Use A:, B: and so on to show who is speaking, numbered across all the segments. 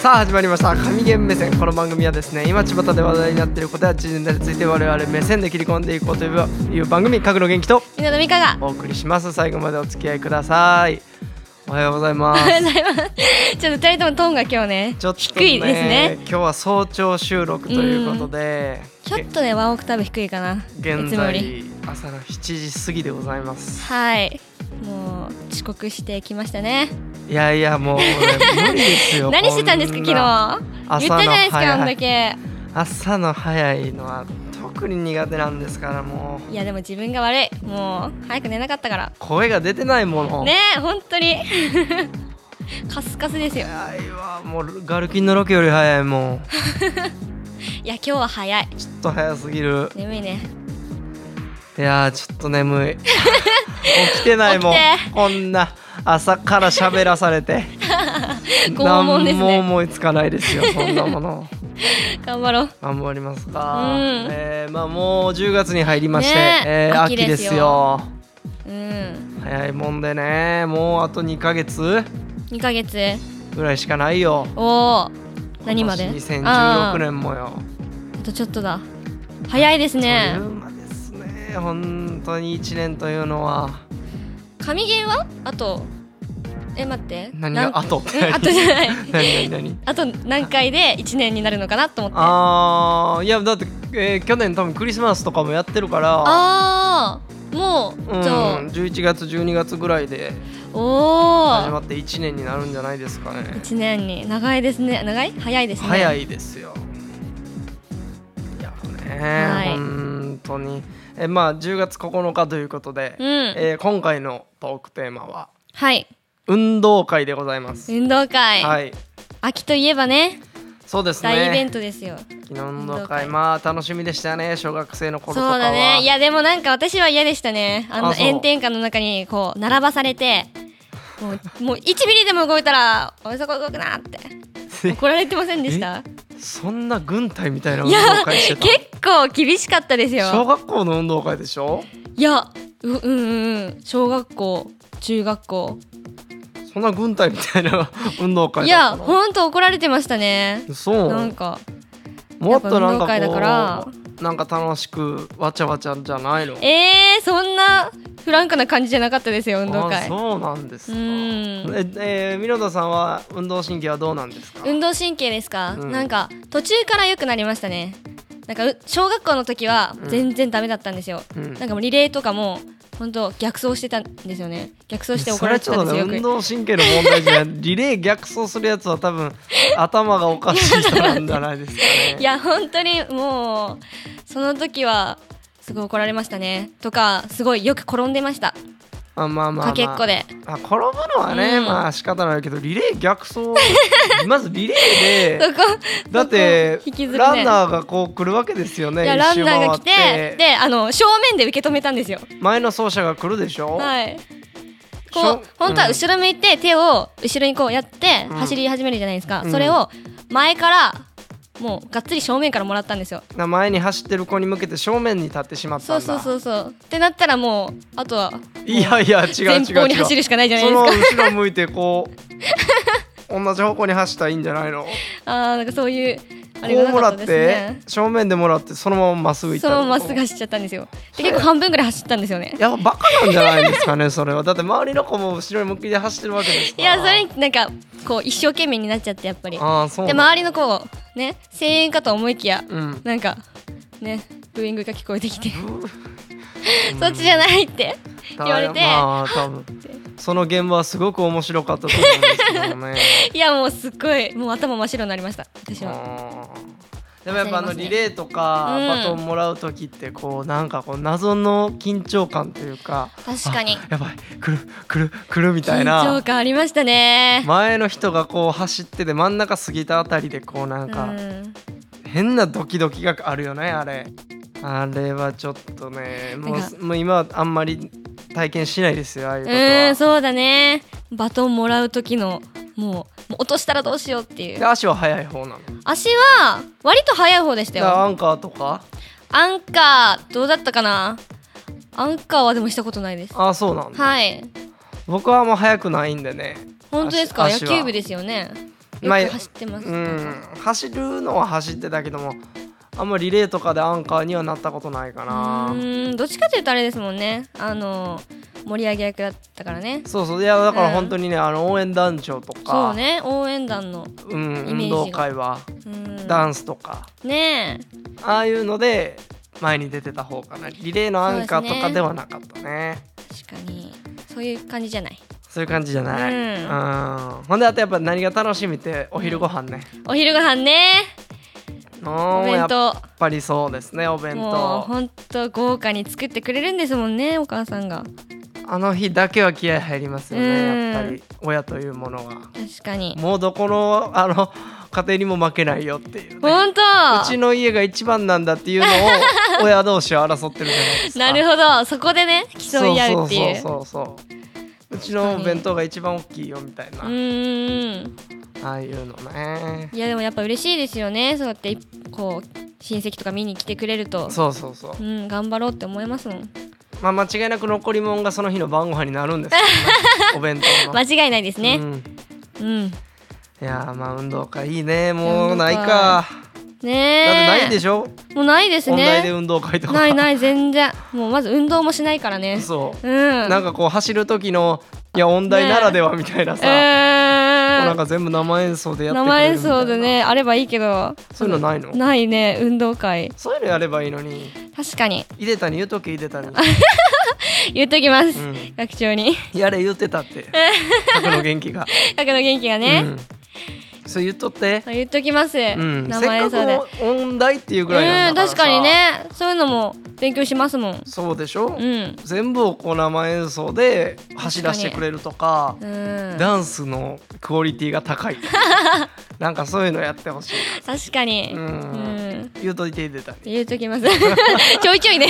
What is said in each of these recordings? A: さあ始まりました神ゲン目線この番組はですね今巷で話題になっていることや知人について我々目線で切り込んでいこうといういう番組かぐの元気と
B: みののみかが。
A: お送りします最後までお付き合いくださいおはようございま
B: おはよ
A: す
B: うございます。ちょっと二人ともトーンが今日ね。
A: ちょっと、
B: 低いですね。
A: 今日は早朝収録ということで
B: ちょっとね、ワンオクターブ低いかな。
A: げ
B: い
A: 現
B: つもよ
A: 在
B: り。
A: 朝の7時過ぎでございます
B: はい。もう遅刻してきましたね。
A: いやいやもう、ね、無理ですよ
B: 何してたんですか、昨
A: こな
B: 日。言ったじゃないですか、あんだけ。
A: 朝の早いのは特に苦手なんですからもう
B: いや、でも自分が悪い。もう早く寝なかったから。
A: 声が出てないもの
B: ねえ、本当に。 カスカスですよ。
A: 早いわもうガルキンのロケより早いもん
B: いや、今日は早い。
A: ちょっと早すぎる
B: 眠いね。
A: いやーちょっと眠 い起きてないもん
B: 起き
A: こんな朝から喋らされて
B: 拷問ですね
A: 何も思いつかないですよそんなも の
B: 頑張ろう。
A: 頑張りますか、
B: うん
A: えーまあもう10月に入りまして、
B: ね
A: えー秋
B: 秋
A: で
B: ですす
A: よ
B: ようん。
A: 早いもんでねもうあと2ヶ月
B: 二ヶ月。
A: ぐらいしかないよ
B: おお。何まで。
A: 今年
B: あ
A: 2016
B: ー
A: 年もよ
B: あとちょっとだ。早いですね
A: あっ。という間ですね本当に1年というの は
B: 神ゲーはあとえ待って
A: 何が
B: なん
A: あとって
B: うん
A: 何
B: あとじゃない
A: 何何何
B: あと何回で1年になるのかなと思ってあ
A: あーいやだって、えー去年多分クリスマスとかもやってるから
B: あーも
A: うん
B: うじゃあ
A: 11月12月ぐらいで始
B: お
A: ま
B: お
A: って1年になるんじゃないですかね
B: 1年に長いですね長い早いですね
A: 早
B: い
A: いですよいやね、
B: はい
A: 本当にえまあ10月9日ということで、
B: うん
A: えー今回のトークテーマは
B: はい
A: 運動会でございます、
B: 運動会、
A: はい
B: 秋といえばね
A: そうですね
B: 大イベントですよ、
A: 昨日の運
B: 運
A: 動
B: 動
A: 会
B: 会
A: まあ楽しみでしたね小学生の頃
B: そ
A: と
B: う
A: かは
B: だねいやでもなんか私は嫌でしたねあの
A: あそう
B: 炎天下の中にこう並ばされてもうもう1ミリでも動いたら「おいそこ動くな」って怒られてませんでした
A: そんな軍隊みたいな運
B: いや
A: 動会して
B: 結
A: た
B: 構厳しかったです
A: 小
B: よ
A: 学校の運動会でしょ
B: いやううんうんうん小学校中学校
A: そんな軍隊みたいな 運動会
B: い
A: だ
B: や
A: ったの
B: ほんと怒られてましたね
A: そう
B: なんか
A: もっとなんかこ
B: やっぱ運動会だから
A: うなんか楽しくわちゃわちゃじゃないの
B: えー、そんなフランクな感じじゃなかったですよ運動
A: あ
B: 会
A: そうなんですか
B: うん
A: ええー、ミロダさんは運動神経はどうなんですか
B: 運動神経ですか、
A: うん
B: なんか途中から良くなりましたねなんかう小学校の時は全然ダメだったんですよ、
A: うん
B: なんかもうリレーとかも本当逆走してたんですよね逆走して怒
A: そ
B: ら
A: れは
B: れて
A: ちょった
B: ん
A: と
B: で
A: ね
B: すよよ
A: 運
B: く
A: 動神経の問題じゃない リレー逆走するやつは多分頭がおかしい人なんじゃないですかね
B: いや本当にもうその時はすごい怒られましたねとかすごいよく転んでました
A: あまあまあ、まあ、
B: かけっこで
A: あ転ぶのはね、
B: うん
A: まあ仕方ないけどリレー逆走 まずリレー
B: そ
A: で
B: こ
A: だって
B: そこ引きずるね
A: ランナーがこう来るわけですよね
B: いやラ
A: 一周
B: ンナー
A: 回
B: が
A: っ
B: 来てであの正面で受け止めたんですよ
A: 前の走者が来るでしょ、
B: はい
A: し
B: こ
A: ょ
B: う本当は後ろ向いて手を後ろにこうやって
A: うん
B: 走り始めるじゃないですか、
A: うん
B: それを前からもうがっつり正面からもらったんですよ
A: な前に走ってる子に向けて正面に立ってしまっ
B: そ
A: たん
B: う
A: だ
B: そうそうそうってなったらもうあとはもう
A: いやいや違う違う違
B: 前
A: う
B: 方に走るしかないじゃない
A: そ
B: です
A: の
B: か
A: 後ろ向いてこう 同じ方向に走ったらいいんじゃないの
B: あーなんかそういうあれ
A: こ
B: が
A: う
B: な
A: も
B: からった
A: っ
B: で
A: て、
B: すね
A: 正面でもらってそのまままっすぐ行っ
B: そ
A: た
B: の
A: の
B: まままっすぐ走っちゃったんですよで結構半分ぐらい走ったんですよ ね
A: やっぱバカなんじゃないですかねそれはだって周りの子も後ろに向きで走ってるわけですか
B: い
A: ら
B: やそれなんかこう一生懸命になっちゃってやっぱりで
A: ああそうなん
B: 周りの子をね声援かと思いきや
A: うん
B: なんかねブーイングが聞こえてきて
A: ブー
B: そっちじゃないって
A: だ
B: 言われて
A: まあ多分その現場はすごく面白かったと思うんですけど ね
B: いやもうすっごいもう頭真っ白になりました私は
A: あーでもやっぱあの
B: 焦りますね
A: リレーとか
B: うん
A: バトンもらう時ってこうなんかこう謎の緊張感というか
B: 確かに
A: あやばい来る来る来るみた
B: 緊
A: いな
B: 張感ありましたね
A: 前の人がこう走ってて真ん中過ぎたあたりでこうな
B: うん
A: か、
B: ん
A: 変なドキドキがあるよねあれあれはちょっとねも
B: なんか
A: うもう今はあんまり体験しないですよああいう
B: う
A: ことは
B: んそうだねバトンもらう時のもうもう落としたらどうしようって
A: で
B: いう
A: 足は速い方なの
B: 足は割と速い方でした
A: だから
B: よ
A: アンカーとか
B: アンカーどうだったかなアンカーはでもしたことないです
A: ああそうなんだ、
B: はい
A: 僕はもう速くないんでね
B: 本当ですか野
A: 足足は
B: 球部ですよね
A: まあ
B: よく走ってます、
A: うん走るのは走ってたけどもあんまリレーとかでアンカーにはなったことないかな
B: うーんどっちかというとあれですもんねあの盛り上げ役だったからね
A: そうそういやだから
B: うん
A: 本当にね、あの応援団長とか
B: そうね応援団の
A: うん、
B: イメー
A: 運
B: ジが
A: 動会は、
B: うん
A: ダンスとか
B: ねえ
A: ああいうので前に出てた方かなリレーのアンカーと
B: そうです
A: か
B: ね
A: ではなかったね
B: 確かにそういう感じじゃない
A: そういう感じじゃない、
B: う
A: うんほんであとやっぱ何が楽しみってお昼ご飯ね、
B: お昼ご飯ね
A: お
B: お弁
A: やっ
B: 当
A: ぱりそうですねお弁
B: もう
A: 当
B: ほんと豪華に作ってくれるんですもんねお母さんが
A: あの日だけは気合入りますよ
B: うん
A: ねやっぱり親というものは
B: 確かに
A: もうどこのあの家庭にも負けないよっていう、ね、
B: ほんと
A: うちの家が一番なんだっていうのを 親同士は争ってるじゃないですか
B: なるほどそこでね競い合うっていう
A: そうそうそうそううちのお弁当が一番大きいよみたいな、
B: うーん
A: ああいうのね
B: いやでもやっぱ嬉しいですよねそうやっていこう親戚とか見に来てくれると
A: そうそうそう
B: うん頑張ろうって思いますもん
A: まあ間違いなく残り物がその日の晩ご飯になるんですけどね お弁当の
B: 間違いないです
A: う
B: ね
A: ん
B: うん、
A: いやーまあ運動会いいねもうない
B: 運動
A: か
B: ね
A: だって
B: え
A: ないでしょ、
B: もうないです
A: 音大で
B: ね
A: 運動会とか
B: ないない全然もうまず運動もしないからね
A: そうう、
B: んな
A: なんかこう走る時のいや音大ならではみたいなさ、もうなんか全部生演奏でやってく
B: 生
A: れる
B: 演
A: みたいな
B: 奏でねあればいいけど
A: そういうのないの
B: ないね運動会
A: そういうのやればいいのに
B: 確かに
A: 入れたに言うとき入れた に、
B: 言っときます、
A: うん
B: 学長に
A: やれ言ってたって過去の元気が、
B: 学の元気が ね、
A: うん、そう言っとって、
B: そう言っときます、
A: うん、せっ
B: 生
A: か
B: 演奏で
A: く音大っていうぐらいな
B: うんん
A: だから
B: 確
A: さ
B: かにねそういうのも勉強しますもん
A: そうでしょ、
B: うん
A: 全部をこう生演奏で走らせてくれるとか
B: うん
A: ダンスのクオリティが高い なんかそういうのやってほしい
B: 確かに
A: う
B: うんん、
A: 言うといて入れたり
B: 言うときます ちょいちょいね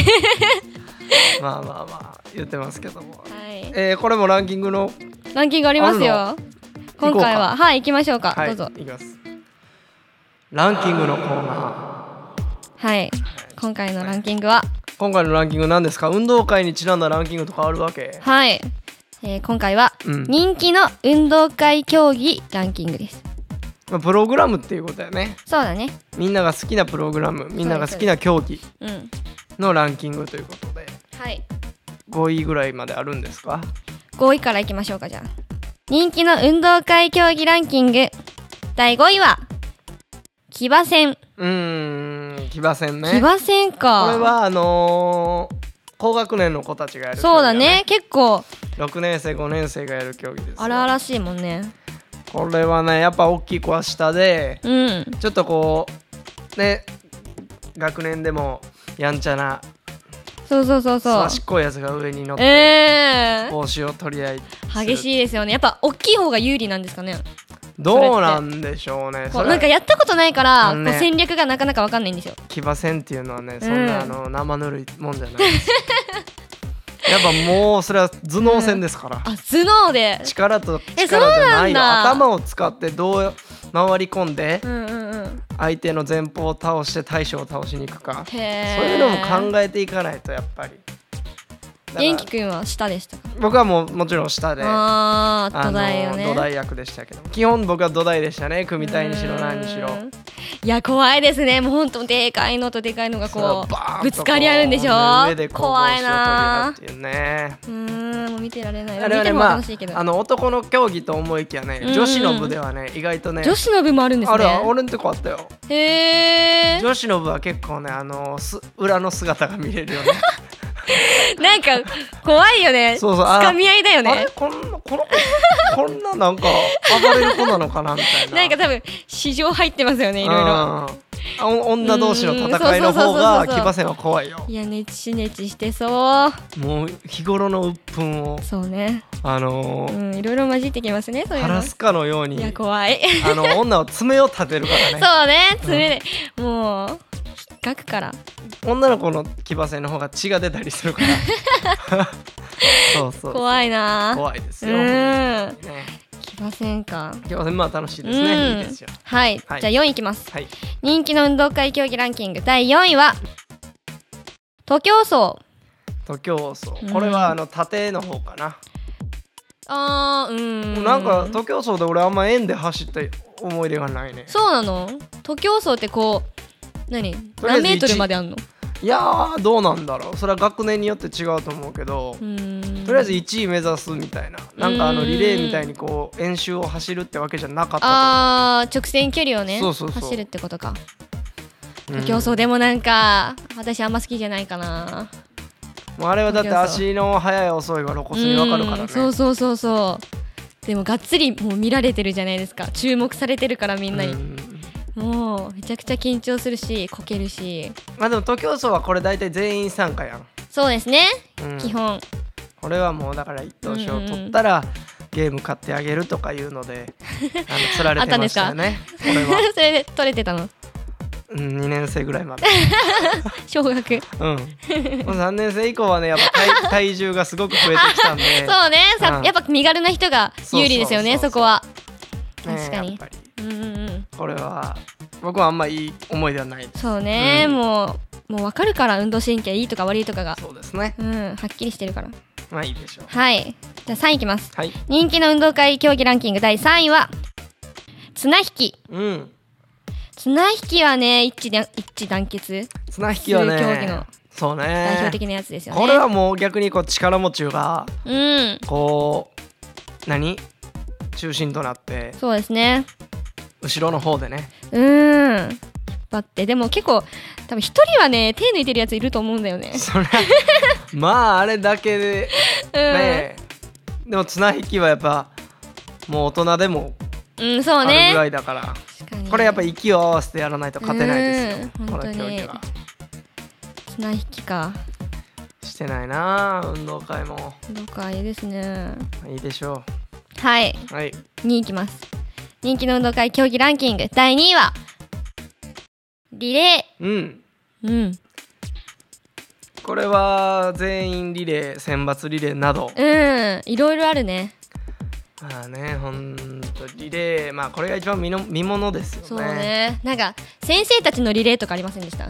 A: まあまあまあ言ってますけども、
B: はい
A: えーこれもランキングの
B: ランキングあります
A: 行
B: よ
A: こうか
B: 今回ははい行きましょうか、
A: はい
B: どうぞ
A: いきますランキングのコーナー
B: はい今回のランキングは
A: 今回のランキング何ですか運動会にちなんだランキングとかあるわけ
B: はい、えー今回は
A: うん
B: 人気の運動会競技ランキングです
A: まあプログラムっていうことだよね
B: そうだね
A: みんなが好きなプログラムみんなが好きな競技
B: うん
A: のランキングということで
B: はい
A: 5位ぐらいまであるんですか
B: 5位からいきましょうかじゃあ人気の運動会競技ランキング第5位は騎馬戦
A: うーん騎馬戦ね
B: 騎馬戦か
A: これはあのー高学年の子たちがやる競技
B: そうだね結構
A: 6年生5年生がやる競技ですよ
B: 荒々しいもんね
A: これはねやっぱ大きい子は下で
B: うん
A: ちょっとこうね学年でもやんちゃな
B: そうそうそう
A: す
B: そう
A: ばしっこいやつが上に乗って
B: ええ
A: 帽子を取り合いする
B: 激しいですよねやっぱ大きい方が有利なんですかね
A: どうなんでしょうね
B: こ
A: そうれ
B: なんかやったことないから、
A: あのね
B: こう戦略がなかなかわかんないんですよ
A: 騎馬戦っていうのはねそ
B: うんん
A: なあの生ぬるいもんじゃない ですよやっぱもうそれは頭脳戦ですから、
B: あ頭脳で
A: 力と力
B: え
A: じゃない
B: そう
A: よ
B: なんだ
A: 頭を使ってどう回り込んで
B: うんうんうん
A: 相手の前方を倒して大将を倒しに行くか
B: へ
A: そう
B: え
A: いうのも考えていかないとやっぱりだから
B: 元気くんは下でしたか
A: 僕はもうもちろん下で
B: ああ
A: あ
B: 土
A: の
B: 台よね
A: 土台役でしたけど基本僕は土台でしたね組体にしろ何にしろ
B: うんいや怖いですねもうほんとでかいのとでかいのがこ
A: そうバーンと
B: うぶつかり合うんでしょ
A: 上でこう
B: 怖い
A: 帽子を
B: な
A: 取り合うっていうね
B: うーんもう見てられない
A: あれは
B: 見
A: ね
B: ても
A: ま
B: 楽しいけど、
A: ああの男の競技と思いきやね
B: うんうん
A: 女子の部ではね意外とね
B: 女子の部もあるんですね
A: ある俺んとこあったよ
B: へえ
A: 女子の部は結構ねあのす裏の姿が見れるよね
B: なんか怖いよね。
A: そうそうあ
B: 掴み合いだよ
A: あれ
B: ね。
A: こんなこの子こんななんか暴れる子なのかなみたいな
B: なんか
A: か
B: 多分市場入ってますよねいろいろ。
A: ろ女同士の戦いの方が騎
B: うんそうそうそうそう
A: 馬戦は怖いよ
B: いやねちねちしてそう。
A: もう日頃の鬱憤を
B: そうね。
A: あの
B: う
A: ー
B: んいろいろ混じってきますねそういう
A: 晴
B: の
A: ら。すかのよう
B: い
A: に
B: や怖い。
A: あの女は爪を立てるからね
B: そうね爪で、もう引っかくから。
A: 女の子の騎馬戦の方が血が出たりするから そうそう
B: 怖いな。
A: 怖いです
B: う
A: よ、ね、
B: ん。来ませんか。
A: 騎馬戦まあ楽しいですね、
B: うん
A: いいですよ
B: はい、
A: はい
B: じゃあ4位いきます
A: はい
B: 人気の運動会競技ランキング第4位は徒競走
A: 徒競走
B: うん
A: これはあの縦の方かな、
B: あーうーん
A: なんか徒競走で俺あんま円で走った思い出がないね
B: そうなの徒競走ってこう何
A: とりあえず
B: 何メートルまであんの
A: いやーどうなんだろうそれは学年によって違うと思うけど、
B: うーん
A: とりあえず1位目指すみたいななんかあのリレーみたいにこう演習を走るってわけじゃなかった
B: あー直線距離をね
A: そうそうそう
B: 走るってことか
A: と思う
B: 徒競走でもなんか私あんま好きじゃないかな
A: うんもうあれはだって
B: 徒競走
A: 足の速い遅いが露骨にわかるから
B: うん
A: ね
B: そうそうそうそうでもがっつりもう見られてるじゃないですか注目されてるからみんなに、
A: うん
B: もうめちゃくちゃ緊張するしこけるし
A: まあでも徒競走はこれ大体全員参加やん、
B: そうですね、
A: うん
B: 基本
A: これはもうだから一等賞取ったら、ゲーム買ってあげるとかいうのであの釣られてましたよ ねこれは、
B: それで取れてたの
A: うん、2年生ぐらいまで
B: 小学
A: うん、3年 生以降はねやっぱ体体重がすごく増えてきたん で
B: そうねさ、
A: うん
B: やっぱ身軽な人が有利ですよね
A: そうそうそうそう
B: そこは
A: ね
B: 確かに
A: やっぱり
B: うんうんうん
A: これは僕はあんまいい思い出はないです
B: そうね、
A: うん
B: もうもう分かるから運動神経いいとか悪いとかが
A: そうですね
B: うんはっきりしてるから
A: まあいいでしょう
B: はいじゃあ3位いきます
A: はい
B: 人気の運動会競技ランキング第3位は綱引き
A: うん
B: 綱引きはね一致で一致団結
A: 綱引きは
B: そういう競
A: ね
B: 技の
A: そうね
B: 代表的なやつですよね、
A: これはもう逆にこう力持ちが
B: うん
A: こう何中心となって
B: そうですね
A: 後ろの方でね
B: うん引っ張ってでも結構多分一人はね手抜いてるやついると思うんだよ ね
A: それ まああれだけでねでも綱引きはやっぱもう大人でも
B: うん、うん、そ
A: ある
B: う
A: ぐら
B: ね
A: いだから、
B: 確かに
A: これやっぱ息を合わせてやらないと勝てないですよ
B: うん
A: この競技
B: 本
A: は
B: 綱引きか
A: してないなあ運動会も
B: どうかいいですね
A: いいでしょ
B: はいう
A: はい
B: 2位いきます人気の運動会競技ランキング第2位はリレ
A: うん
B: ーうん
A: これは全員リレー選抜リレーなど
B: うんいろいろあるね
A: まあねほんとリレーまあこれが一番見の見ものですよね
B: そうねなんか先生たちのリレーとかありませんでした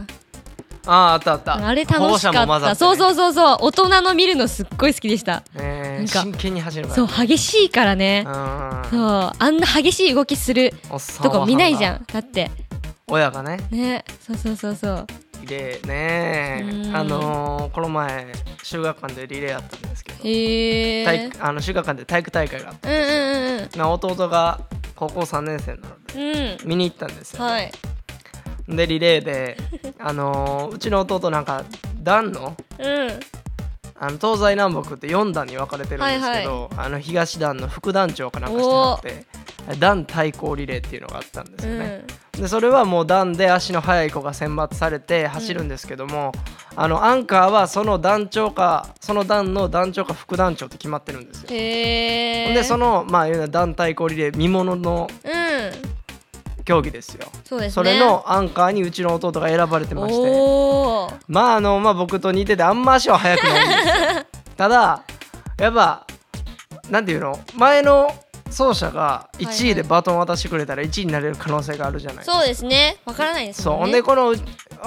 A: あああったあった
B: あれ楽しかった、
A: 保護者も混ざってね
B: そうそうそうそう大人の見るのすっごい好きでした
A: ねえ
B: なんか
A: 真剣に走るから
B: そう激しいからね
A: う
B: そ
A: ん
B: うあんな激しい動きする
A: おっさん
B: とこ見ないじ
A: ん
B: ゃんだって
A: 親がね
B: ねそうそうそうそう
A: リレーね
B: う
A: え
B: ん
A: あのーこの前修学館でリレーあったんですけど
B: へえ
A: 体育あの修学館で体育大会があっ
B: うんうん
A: てな弟が高校3年生なので
B: うんうん
A: 見に行ったんです
B: うん
A: よ、
B: はい
A: でリレーであのーうちの弟なんか段の
B: うん
A: あの東西南北って4段に分かれてるんですけど、あの東段の副団長かなんかしてもらって段対抗リレーっていうのがあったんですよね、でそれはもう段で足の速い子が選抜されて走るんですけども、あのアンカーはその団長かその段の団長か副団長って決まってるんですよ
B: うん、へえ
A: でそのまあいうのは団対抗リレー見物の
B: うん
A: 競技ですよ
B: そうですね
A: それのアンカーにうちの弟が選ばれてまして
B: おー
A: まああのまあ僕と似ててあんま足は速くないんですよただやっぱなんていうの前の走者が1位でバトン渡してくれたら1位になれる可能性があるじゃないですか
B: そうですねわからないです
A: そう
B: も
A: ほ
B: ん
A: ん
B: ね
A: でこの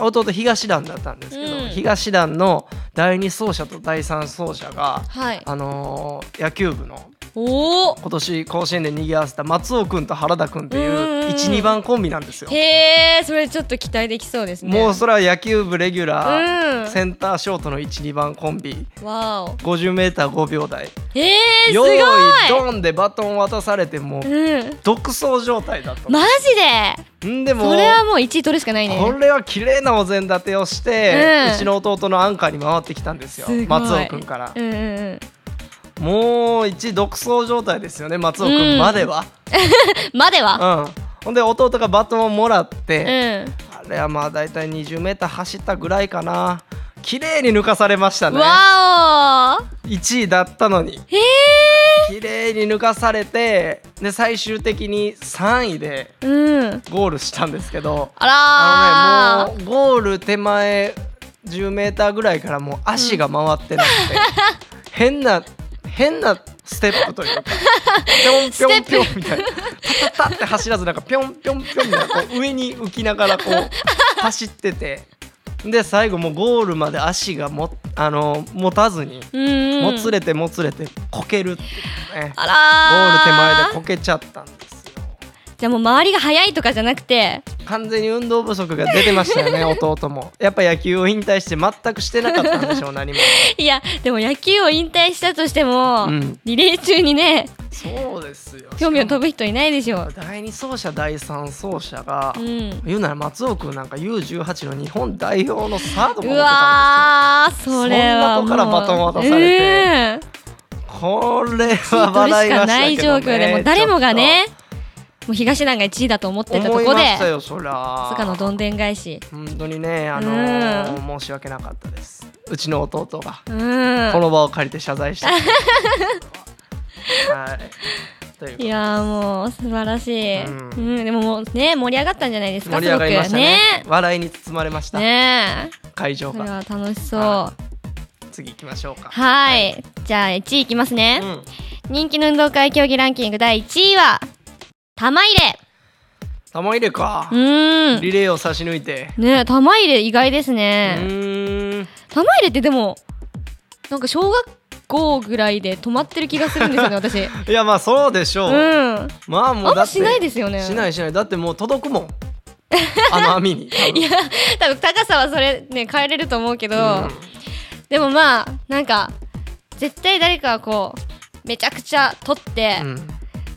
A: 弟東団だったんですけど、
B: うん
A: 東団の第2走者と第3走者が、
B: はい
A: あのー野球部の
B: おお
A: 今年甲子園で賑わせた松尾君と原田君ってい
B: うんうんう
A: う
B: ん
A: 12番コンビなんですよ。
B: へえそれちょっと期待できそうですね
A: もうそれは野球部レギュラー、
B: うん
A: センターショートの12番コンビ
B: わお
A: 50m5 秒台
B: えー、す
A: 用
B: ご
A: 意
B: い
A: ドンでバトン渡されてもう
B: うん
A: 独走状態だと。
B: マジで
A: んでも
B: それはもう1位取るしかないね
A: これは綺麗なお膳立てをして、
B: うん
A: うちの弟のアンカーに回ってきたんですよ
B: すごい
A: 松尾君から
B: う、んうんうん
A: もう一独走状態ですよね松尾
B: うん
A: 君までは、
B: までは
A: うんほんで弟がバトンをもらっ
B: うん
A: て、あれはまあ大体 20m 走ったぐらいかな綺麗に抜かされましたね
B: わお
A: 1位だったのに
B: へえ
A: 綺麗に抜かされてで最終的に3位で
B: うん
A: ゴールしたんですけど
B: あら
A: あ
B: ー
A: のねもうゴール手前10メーターぐらいからもう足が回ってなくて、変な変なステップというかぴょんぴょんぴょんみたいなタタタって走らずなんかぴょんぴょんぴょんみたいなこう上に浮きながらこう走っててで最後もうゴールまで足がもあの持たずに、
B: うんうん
A: もつれてもつれてこけるっていうね
B: あ
A: ゴール手前
B: ら
A: でこけちゃったんですよ
B: じゃあもう周りが早いとかじゃなくて
A: 完全に運動不足が出てましたよ ね弟もやっぱ野球を引退して全くしてなかったんでしょう何も
B: いやでも野球を引退したとしても、
A: うん
B: リレー中にね
A: そうですよ
B: 興味を飛ぶ人いないでしょう、
A: 第2走者第3走者が、
B: うん、
A: 言うなら松尾君なんか U18 の日本代表のサードも持
B: う
A: ってたん
B: わーそれはもう
A: そんな子からバトン渡されて
B: ええ
A: ですよこれは笑
B: それし
A: い
B: か
A: ま
B: ない
A: したけど、
B: 状
A: ね、
B: 況でもう誰もがねもう東南が1位だと思っ
A: ちょ
B: て
A: ったと
B: とこ
A: 思
B: で
A: いましたよそら
B: 坂のどんでん返し
A: 本当にねあのー申し訳なかったですうちの弟が
B: うん
A: この場を借りて謝罪した はいということ
B: い
A: で
B: やーもう素晴らしい、う
A: うんん
B: でももうね盛り上がったんじゃないですか
A: 盛り上がりましたね
B: す
A: 笑いに包まれまし
B: ご
A: た、
B: くねねえ
A: 会場
B: それ
A: が
B: は楽しそうは
A: はい次行きましょうか
B: じゃあ1位いきますね、
A: うん
B: 人気の運動会競技ランキング第1位は玉入れ
A: 玉入れか
B: う、ーん
A: リレーを差し抜いて
B: ねえ玉入れ意外です
A: う
B: ね、
A: ーん
B: 玉入れってでもなんか小学校ぐらいで止まってる気がするんですよ ね私うん
A: いやまあそうでしょう、
B: あん
A: まあもうだ
B: ま
A: って
B: しないですよね
A: しないしないだってもう届く もんあの網に多分
B: いや多分高さはそれね変えれると思うけど、
A: うん
B: でもまあなんか絶対誰かはこうめちゃくちゃ取って、
A: うん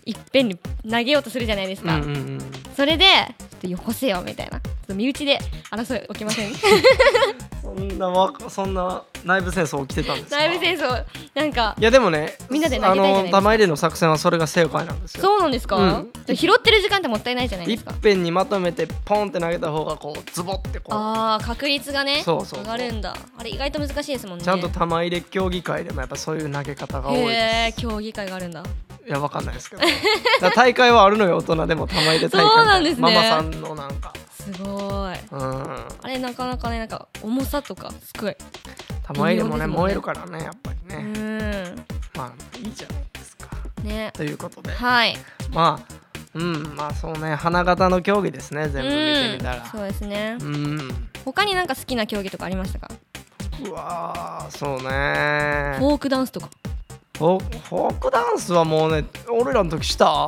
B: いっぺんに投げようとするじゃないです
A: う
B: か、
A: んうんうん
B: それでちょっとよこせよみたいなちょっと身内で争い起きませ ん
A: そんなわそんな内部戦争起きてたんですか
B: 内部戦争なんか
A: いやでもね
B: みんなで投げたいじゃないですか
A: あの玉入れの作戦はそれが正解なんですよ
B: そうなんですか、
A: うん
B: でも拾ってる時間ってもったいないじゃない
A: い
B: で
A: っ
B: すか
A: ぺんにまとめてポンって投げた方がこうズボってこ
B: あー確率がね
A: そうそうそう
B: 上がるんだあれ意外と難しいですもん
A: う
B: ね
A: ちゃんと玉入れ競技会でもやっぱそういう投げ方が多い
B: へえ
A: です
B: 競技会があるんだ
A: いやわかんないです けどだから大会はあるのよ大人でも玉入れ大会
B: そうなんですね
A: ママさんのなんか
B: すごい
A: うん
B: あれなかなかねなんか重さとかすごい
A: 玉入れもね
B: 微妙ですもんね
A: 燃えるからねやっぱり
B: う
A: ね、
B: ん
A: まあいいじゃないですか
B: ね
A: ということで
B: はい
A: まあうんまあそうね花形の競技ですね全部見てみた
B: うん
A: ら
B: そうですね
A: うん
B: 他になんか好きな競技とかありましたか
A: うわーそう
B: フ
A: ね
B: ォークダンスとか
A: フォフォークダンスはもうね俺らの時した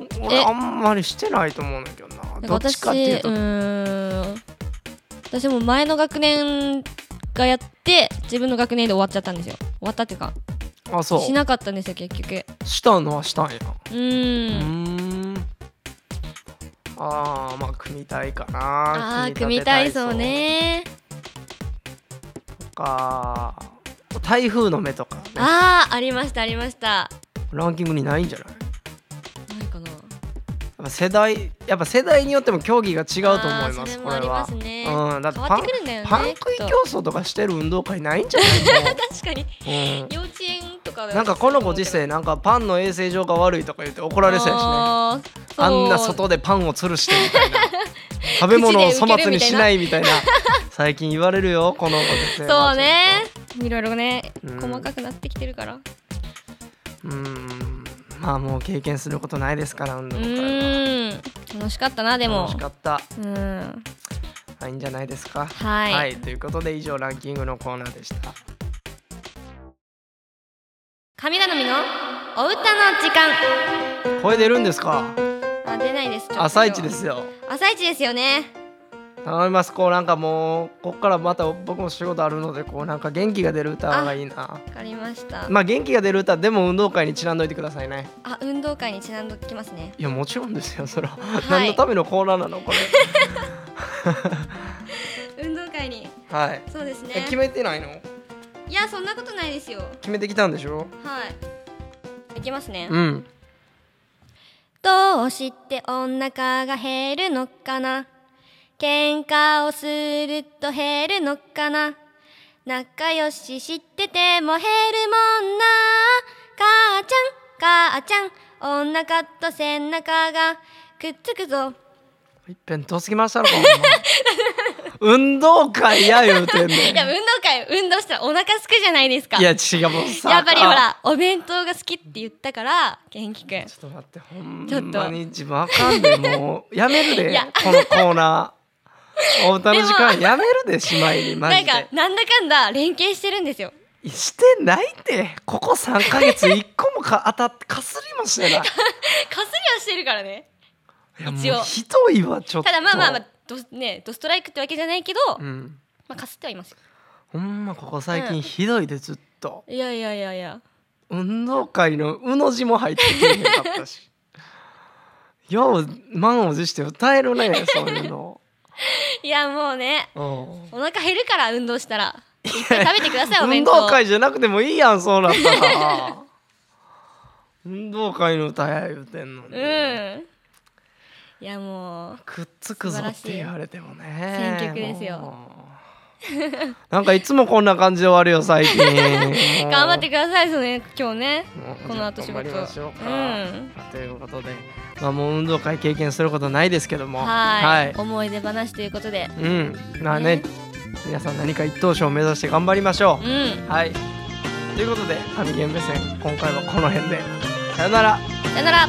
B: え
A: 俺あんまりしてないと思うんだけどな
B: なん
A: どっちかっていうと、
B: 私ーん私も前の学年がやって自分の学年で終わっちゃったんですよ終わったっていうか
A: あそ
B: しなかったんですよ結局
A: うしたのはしたんや
B: う
A: う
B: ーん
A: ーんあーまあ組体か
B: あ
A: な
B: ー組
A: 立て
B: 体操ね
A: か台風の目とか、ね、
B: あーありましたありました
A: ランキングにないんじゃない
B: ないかな
A: やっぱ世代やっぱ世代によっても競技が違うと思い
B: あ
A: ま
B: ー
A: す
B: それ
A: こ
B: もあり
A: れ
B: ま
A: は
B: すね
A: うんだって
B: 変わ
A: パ
B: っ
A: ン
B: てくるんだよね
A: パン食い
B: きっと
A: 競争とかしてる運動会ないんじゃ ない
B: 確かに
A: の、
B: 幼稚園とか
A: う
B: で
A: ん、なんかこのご時世なんかパンの衛生上が悪いとか言って怒られそうやしねあ
B: あ
A: んな外でパンを吊るしてみたい な食べ物を粗末にしないみたいな最近言われるよこのご時世は
B: そうねいろいろね
A: うん
B: 細かくなってきてるから
A: ちょっとうんまあもう経験することないですから運
B: う
A: 動会は
B: ーん楽しかったなでも
A: 楽しかった
B: うん
A: まあいいんじゃないですか
B: はい
A: ということで以上ランキングのコーナーでした
B: 神頼みのお歌の時間
A: 声出るんですか
B: あ出ないですちょっと
A: 朝一ですよ
B: 朝一ですよね
A: 頼みますこうなんかもうこっからまた僕も仕事あるのでこうなんか元気が出る歌がいいな
B: わかりました
A: まあ元気が出る歌でも運動会にちなんどいてくださいね
B: あ運動会にちなんどきますね
A: いやもちろんですよそれは、
B: い
A: 何のためのコーナーなの これ
B: 運動会に
A: はい、
B: そうです
A: え
B: ね
A: 決めてないの
B: いやそんなことないですよ
A: 決めてきたんでしょ
B: はいいきますね
A: うん
B: どうしてお腹が減るのかな喧嘩をすると減るのかな仲良ししてても減るもんな母ちゃん母ちゃんお腹と背中がくっつくぞ
A: いっぺん遠すぎましたのかほんま運動会や言うてんね
B: いや運動会運動したらお腹すくじゃないですか
A: いや違うもうさ
B: やっぱり
A: あ
B: ほらお弁当が好きって言ったから元気くん
A: ちょっと待ってほん
B: ちょっと
A: まに自分あかんでもうやめる
B: い
A: で
B: や
A: このコーナお歌の時間やめるでしまいにマ
B: なん
A: ジで
B: かなんだかんだ連携してるんですよ
A: いしてないってここ3か月1個もか当たってかすりもしてない
B: かすりはしてるからね
A: いや
B: 一応
A: もうひどいわちょったと
B: だまあまあまあど,、ね、ドストライクってわけじゃないけど、
A: うん
B: まあ、かすってはいますよ
A: ほんまここ最
B: う
A: 近
B: ん
A: ひどいでずっと、
B: いやいやいやいや
A: 運動会の「う」の字も入ってけえへんかった しよう満を持して歌えるねそういうの
B: いや もうね
A: うん
B: お腹減るから運動したらいっ ぱい食べてくださいお
A: 運
B: 弁当
A: 動会じゃなくてもいいやんそうなった ら運動会の歌や言うてんのに、
B: うんいやもう
A: くっつくぞって言われてもね
B: 選曲ですよ
A: もうなんかいつもこんな感じで終わるよ最近
B: 頑張って
A: く
B: くださいそね今日ねこ
A: こ
B: の
A: の後
B: 後仕
A: 仕
B: 事
A: 事ましょうか、
B: うん
A: ということで、まあ、もう運動会経験することないですけども
B: はい思い出話ということで
A: うんまあね
B: ね
A: 皆さん何か一等賞を目指して頑張りましょ
B: う
A: う、
B: ん
A: はいということで神ゲーム目線今回はこの辺でさよなら
B: さよなら